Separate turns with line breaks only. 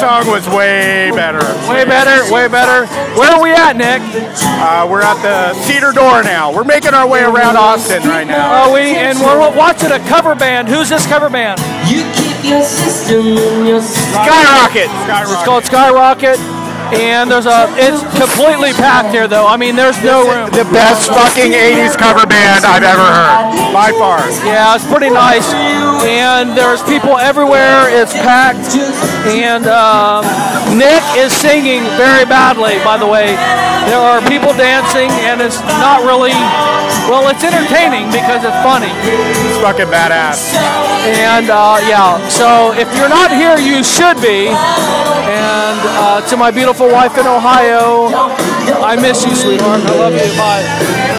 song was way better.
Way better, way better. Where are we at, Nick?
Uh, we're at the Cedar Door now. We're making our way around Austin right now.
Are we? And we're watching a cover band. Who's this cover band?
You keep your system in your system.
Skyrocket. Skyrocket.
It's called Skyrocket. And there's a, it's completely packed here though. I mean, there's no room.
the best fucking 80s cover band I've ever heard. By far.
Yeah, it's pretty nice. And there's people everywhere. It's packed. And um, Nick is singing very badly, by the way. There are people dancing, and it's not really, well, it's entertaining because it's funny.
It's fucking badass.
And uh, yeah, so if you're not here, you should be. And uh, to my beautiful wife in Ohio, I miss you, sweetheart. I love you. Bye.